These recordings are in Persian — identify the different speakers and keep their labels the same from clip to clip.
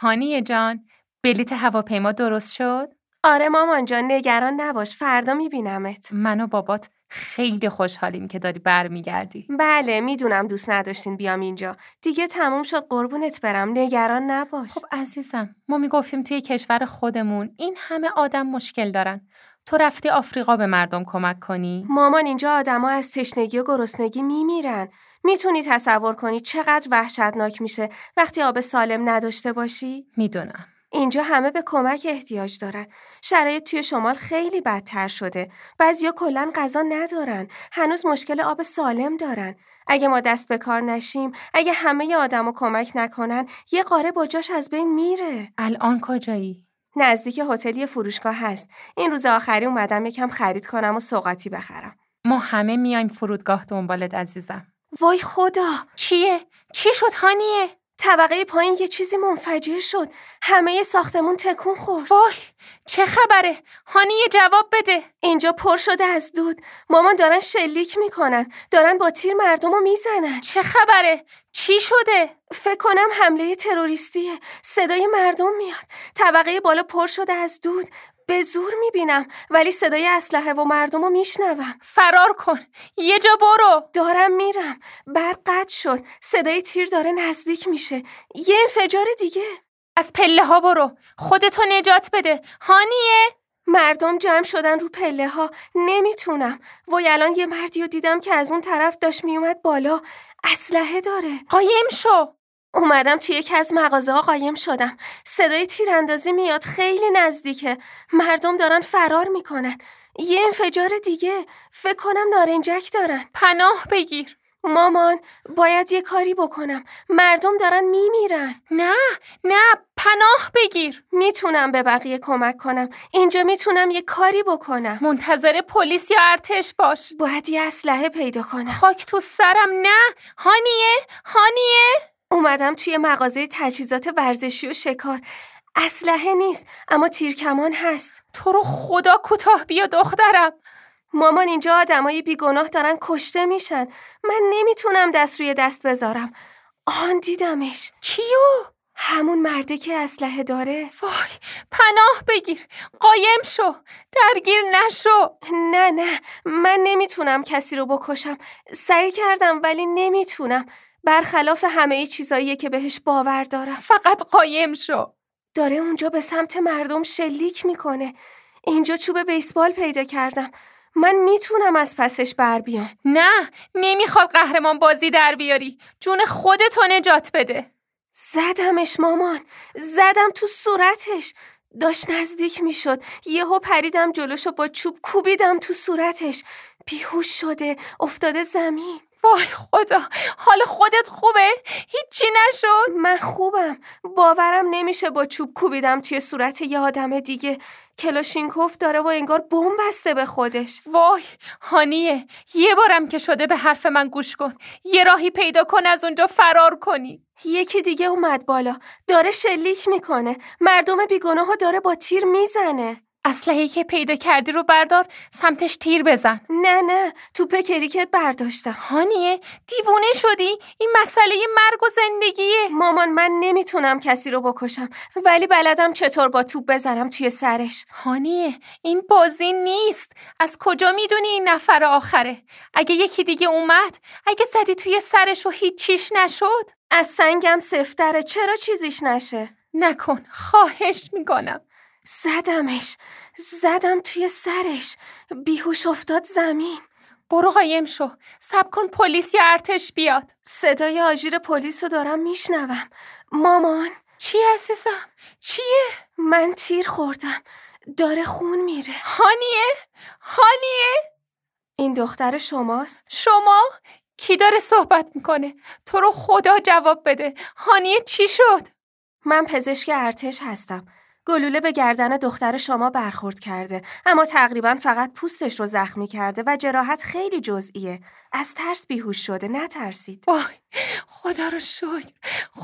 Speaker 1: هانیه جان، بلیت هواپیما درست شد؟
Speaker 2: آره مامان جان نگران نباش فردا میبینمت
Speaker 1: من و بابات خیلی خوشحالیم که داری برمیگردی.
Speaker 2: بله میدونم دوست نداشتین بیام اینجا دیگه تموم شد قربونت برم نگران نباش
Speaker 1: خب عزیزم، ما میگفتیم توی کشور خودمون این همه آدم مشکل دارن. تو رفتی آفریقا به مردم کمک کنی؟
Speaker 2: مامان اینجا آدما از تشنگی و گرسنگی میمیرن میتونی تصور کنی چقدر وحشتناک میشه وقتی آب سالم نداشته باشی
Speaker 1: میدونم.
Speaker 2: اینجا همه به کمک احتیاج دارن شرایط توی شمال خیلی بدتر شده بعضیا کلا غذا ندارن هنوز مشکل آب سالم دارن اگه ما دست به کار نشیم اگه همه آدما کمک نکنن یه قاره با جاش از بین میره
Speaker 1: الان کجایی؟
Speaker 2: نزدیک هتل یه فروشگاه هست این روز آخری اومدم یکم خرید کنم و سوغاتی بخرم
Speaker 1: ما همه میایم فرودگاه دنبالت عزیزم.
Speaker 2: وای خدا
Speaker 1: چیه؟ چی شد هانیه؟
Speaker 2: طبقه پایین یه چیزی منفجر شد همه ساختمون تکون خورد
Speaker 1: وای چه خبره؟ هانیه جواب بده.
Speaker 2: اینجا پر شده از دود مامان دارن شلیک میکنن دارن با تیر مردم رو میزنن
Speaker 1: چه خبره؟ چی شده؟
Speaker 2: فکر کنم حمله تروریستیه صدای مردم میاد طبقه بالا پر شده از دود به زور میبینم ولی صدای اسلحه و مردم رو میشنوم
Speaker 1: فرار کن. یه جا برو.
Speaker 2: دارم میرم برق قطع شد صدای تیر داره نزدیک میشه یه انفجار دیگه
Speaker 1: از پله ها برو. خودتو نجات بده. هانیه؟
Speaker 2: مردم جمع شدن رو پله ها نمیتونم وای الان یه مردی رو دیدم که از اون طرف داشت میومد بالا اسلحه داره
Speaker 1: قایم شو.
Speaker 2: اومدم توی یکی از مغازه ها قایم شدم صدای تیراندازی میاد خیلی نزدیکه مردم دارن فرار میکنن یه انفجار دیگه فکر کنم نارنجک دارن
Speaker 1: پناه بگیر.
Speaker 2: مامان باید یه کاری بکنم مردم دارن میمیرن
Speaker 1: نه نه پناه بگیر.
Speaker 2: میتونم به بقیه کمک کنم اینجا میتونم یه کاری بکنم
Speaker 1: منتظر پلیس یا ارتش باش.
Speaker 2: باید یه اسلحه پیدا کنم
Speaker 1: خاک تو سرم نه. هانیه؟ هانیه؟
Speaker 2: اومدم توی مغازه تجهیزات ورزشی و شکار اسلحه نیست اما تیرکمان هست
Speaker 1: تو رو خدا کوتاه بیا دخترم.
Speaker 2: مامان اینجا آدمای بیگناه دارن کشته میشن من نمیتونم دست روی دست بذارم آن دیدمش
Speaker 1: کیو؟
Speaker 2: همون مرده که اسلحه داره
Speaker 1: وای پناه بگیر قایم شو درگیر نشو
Speaker 2: نه نه من نمیتونم کسی رو بکشم سعی کردم ولی نمیتونم برخلاف همه چیزاییه که بهش باور دارم
Speaker 1: فقط قایم شو
Speaker 2: داره اونجا به سمت مردم شلیک میکنه اینجا چوب بیسبال پیدا کردم من میتونم از پسش بر بیام
Speaker 1: نه نمیخواد قهرمان بازی در بیاری جون خودتو نجات بده
Speaker 2: زدمش مامان زدم تو صورتش داشت نزدیک میشد یهو پریدم جلوشو با چوب کوبیدم تو صورتش بیهوش شده افتاده زمین
Speaker 1: وای خدا حال خودت خوبه؟ هیچی نشد؟
Speaker 2: من خوبم باورم نمیشه با چوب کوبیدم توی صورت یه آدم دیگه کلاشینکوف داره و انگار بمب بسته به خودش
Speaker 1: وای هانیه یه بارم که شده به حرف من گوش کن یه راهی پیدا کن از اونجا فرار کنی
Speaker 2: یکی دیگه اومد بالا داره شلیک میکنه مردم بیگناه ها داره با تیر میزنه
Speaker 1: اسلحه‌ای که پیدا کردی رو بردار سمتش تیر بزن
Speaker 2: نه نه توپ کریکت برداشتم
Speaker 1: هانیه دیوونه شدی این مسئله مرگ و زندگیه
Speaker 2: مامان من نمیتونم کسی رو بکشم ولی بلدم چطور با توپ بزنم توی سرش
Speaker 1: هانیه این بازی نیست از کجا میدونی این نفر آخره اگه یکی دیگه اومد اگه زدی توی سرش و هیچ چیش نشد
Speaker 2: از سنگم سفتره چرا چیزیش نشه
Speaker 1: نکن خواهش میکنم
Speaker 2: زدمش زدم توی سرش بیهوش افتاد زمین
Speaker 1: برو قایم شو سب کن پلیس یا ارتش بیاد
Speaker 2: صدای آژیر پلیس رو دارم میشنوم مامان
Speaker 1: چی عزیزم چیه
Speaker 2: من تیر خوردم داره خون میره
Speaker 1: هانیه هانیه
Speaker 2: این دختر شماست
Speaker 1: شما کی داره صحبت میکنه تو رو خدا جواب بده هانیه چی شد
Speaker 2: من پزشک ارتش هستم گلوله به گردن دختر شما برخورد کرده اما تقریبا فقط پوستش رو زخمی کرده و جراحت خیلی جزئیه از ترس بیهوش شده نترسید
Speaker 1: وای خدا رو شکر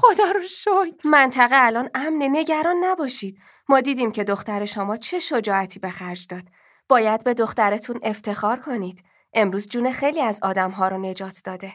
Speaker 1: خدا رو شکر
Speaker 2: منطقه الان امن نگران نباشید ما دیدیم که دختر شما چه شجاعتی به خرج داد باید به دخترتون افتخار کنید امروز جون خیلی از آدمها رو نجات داده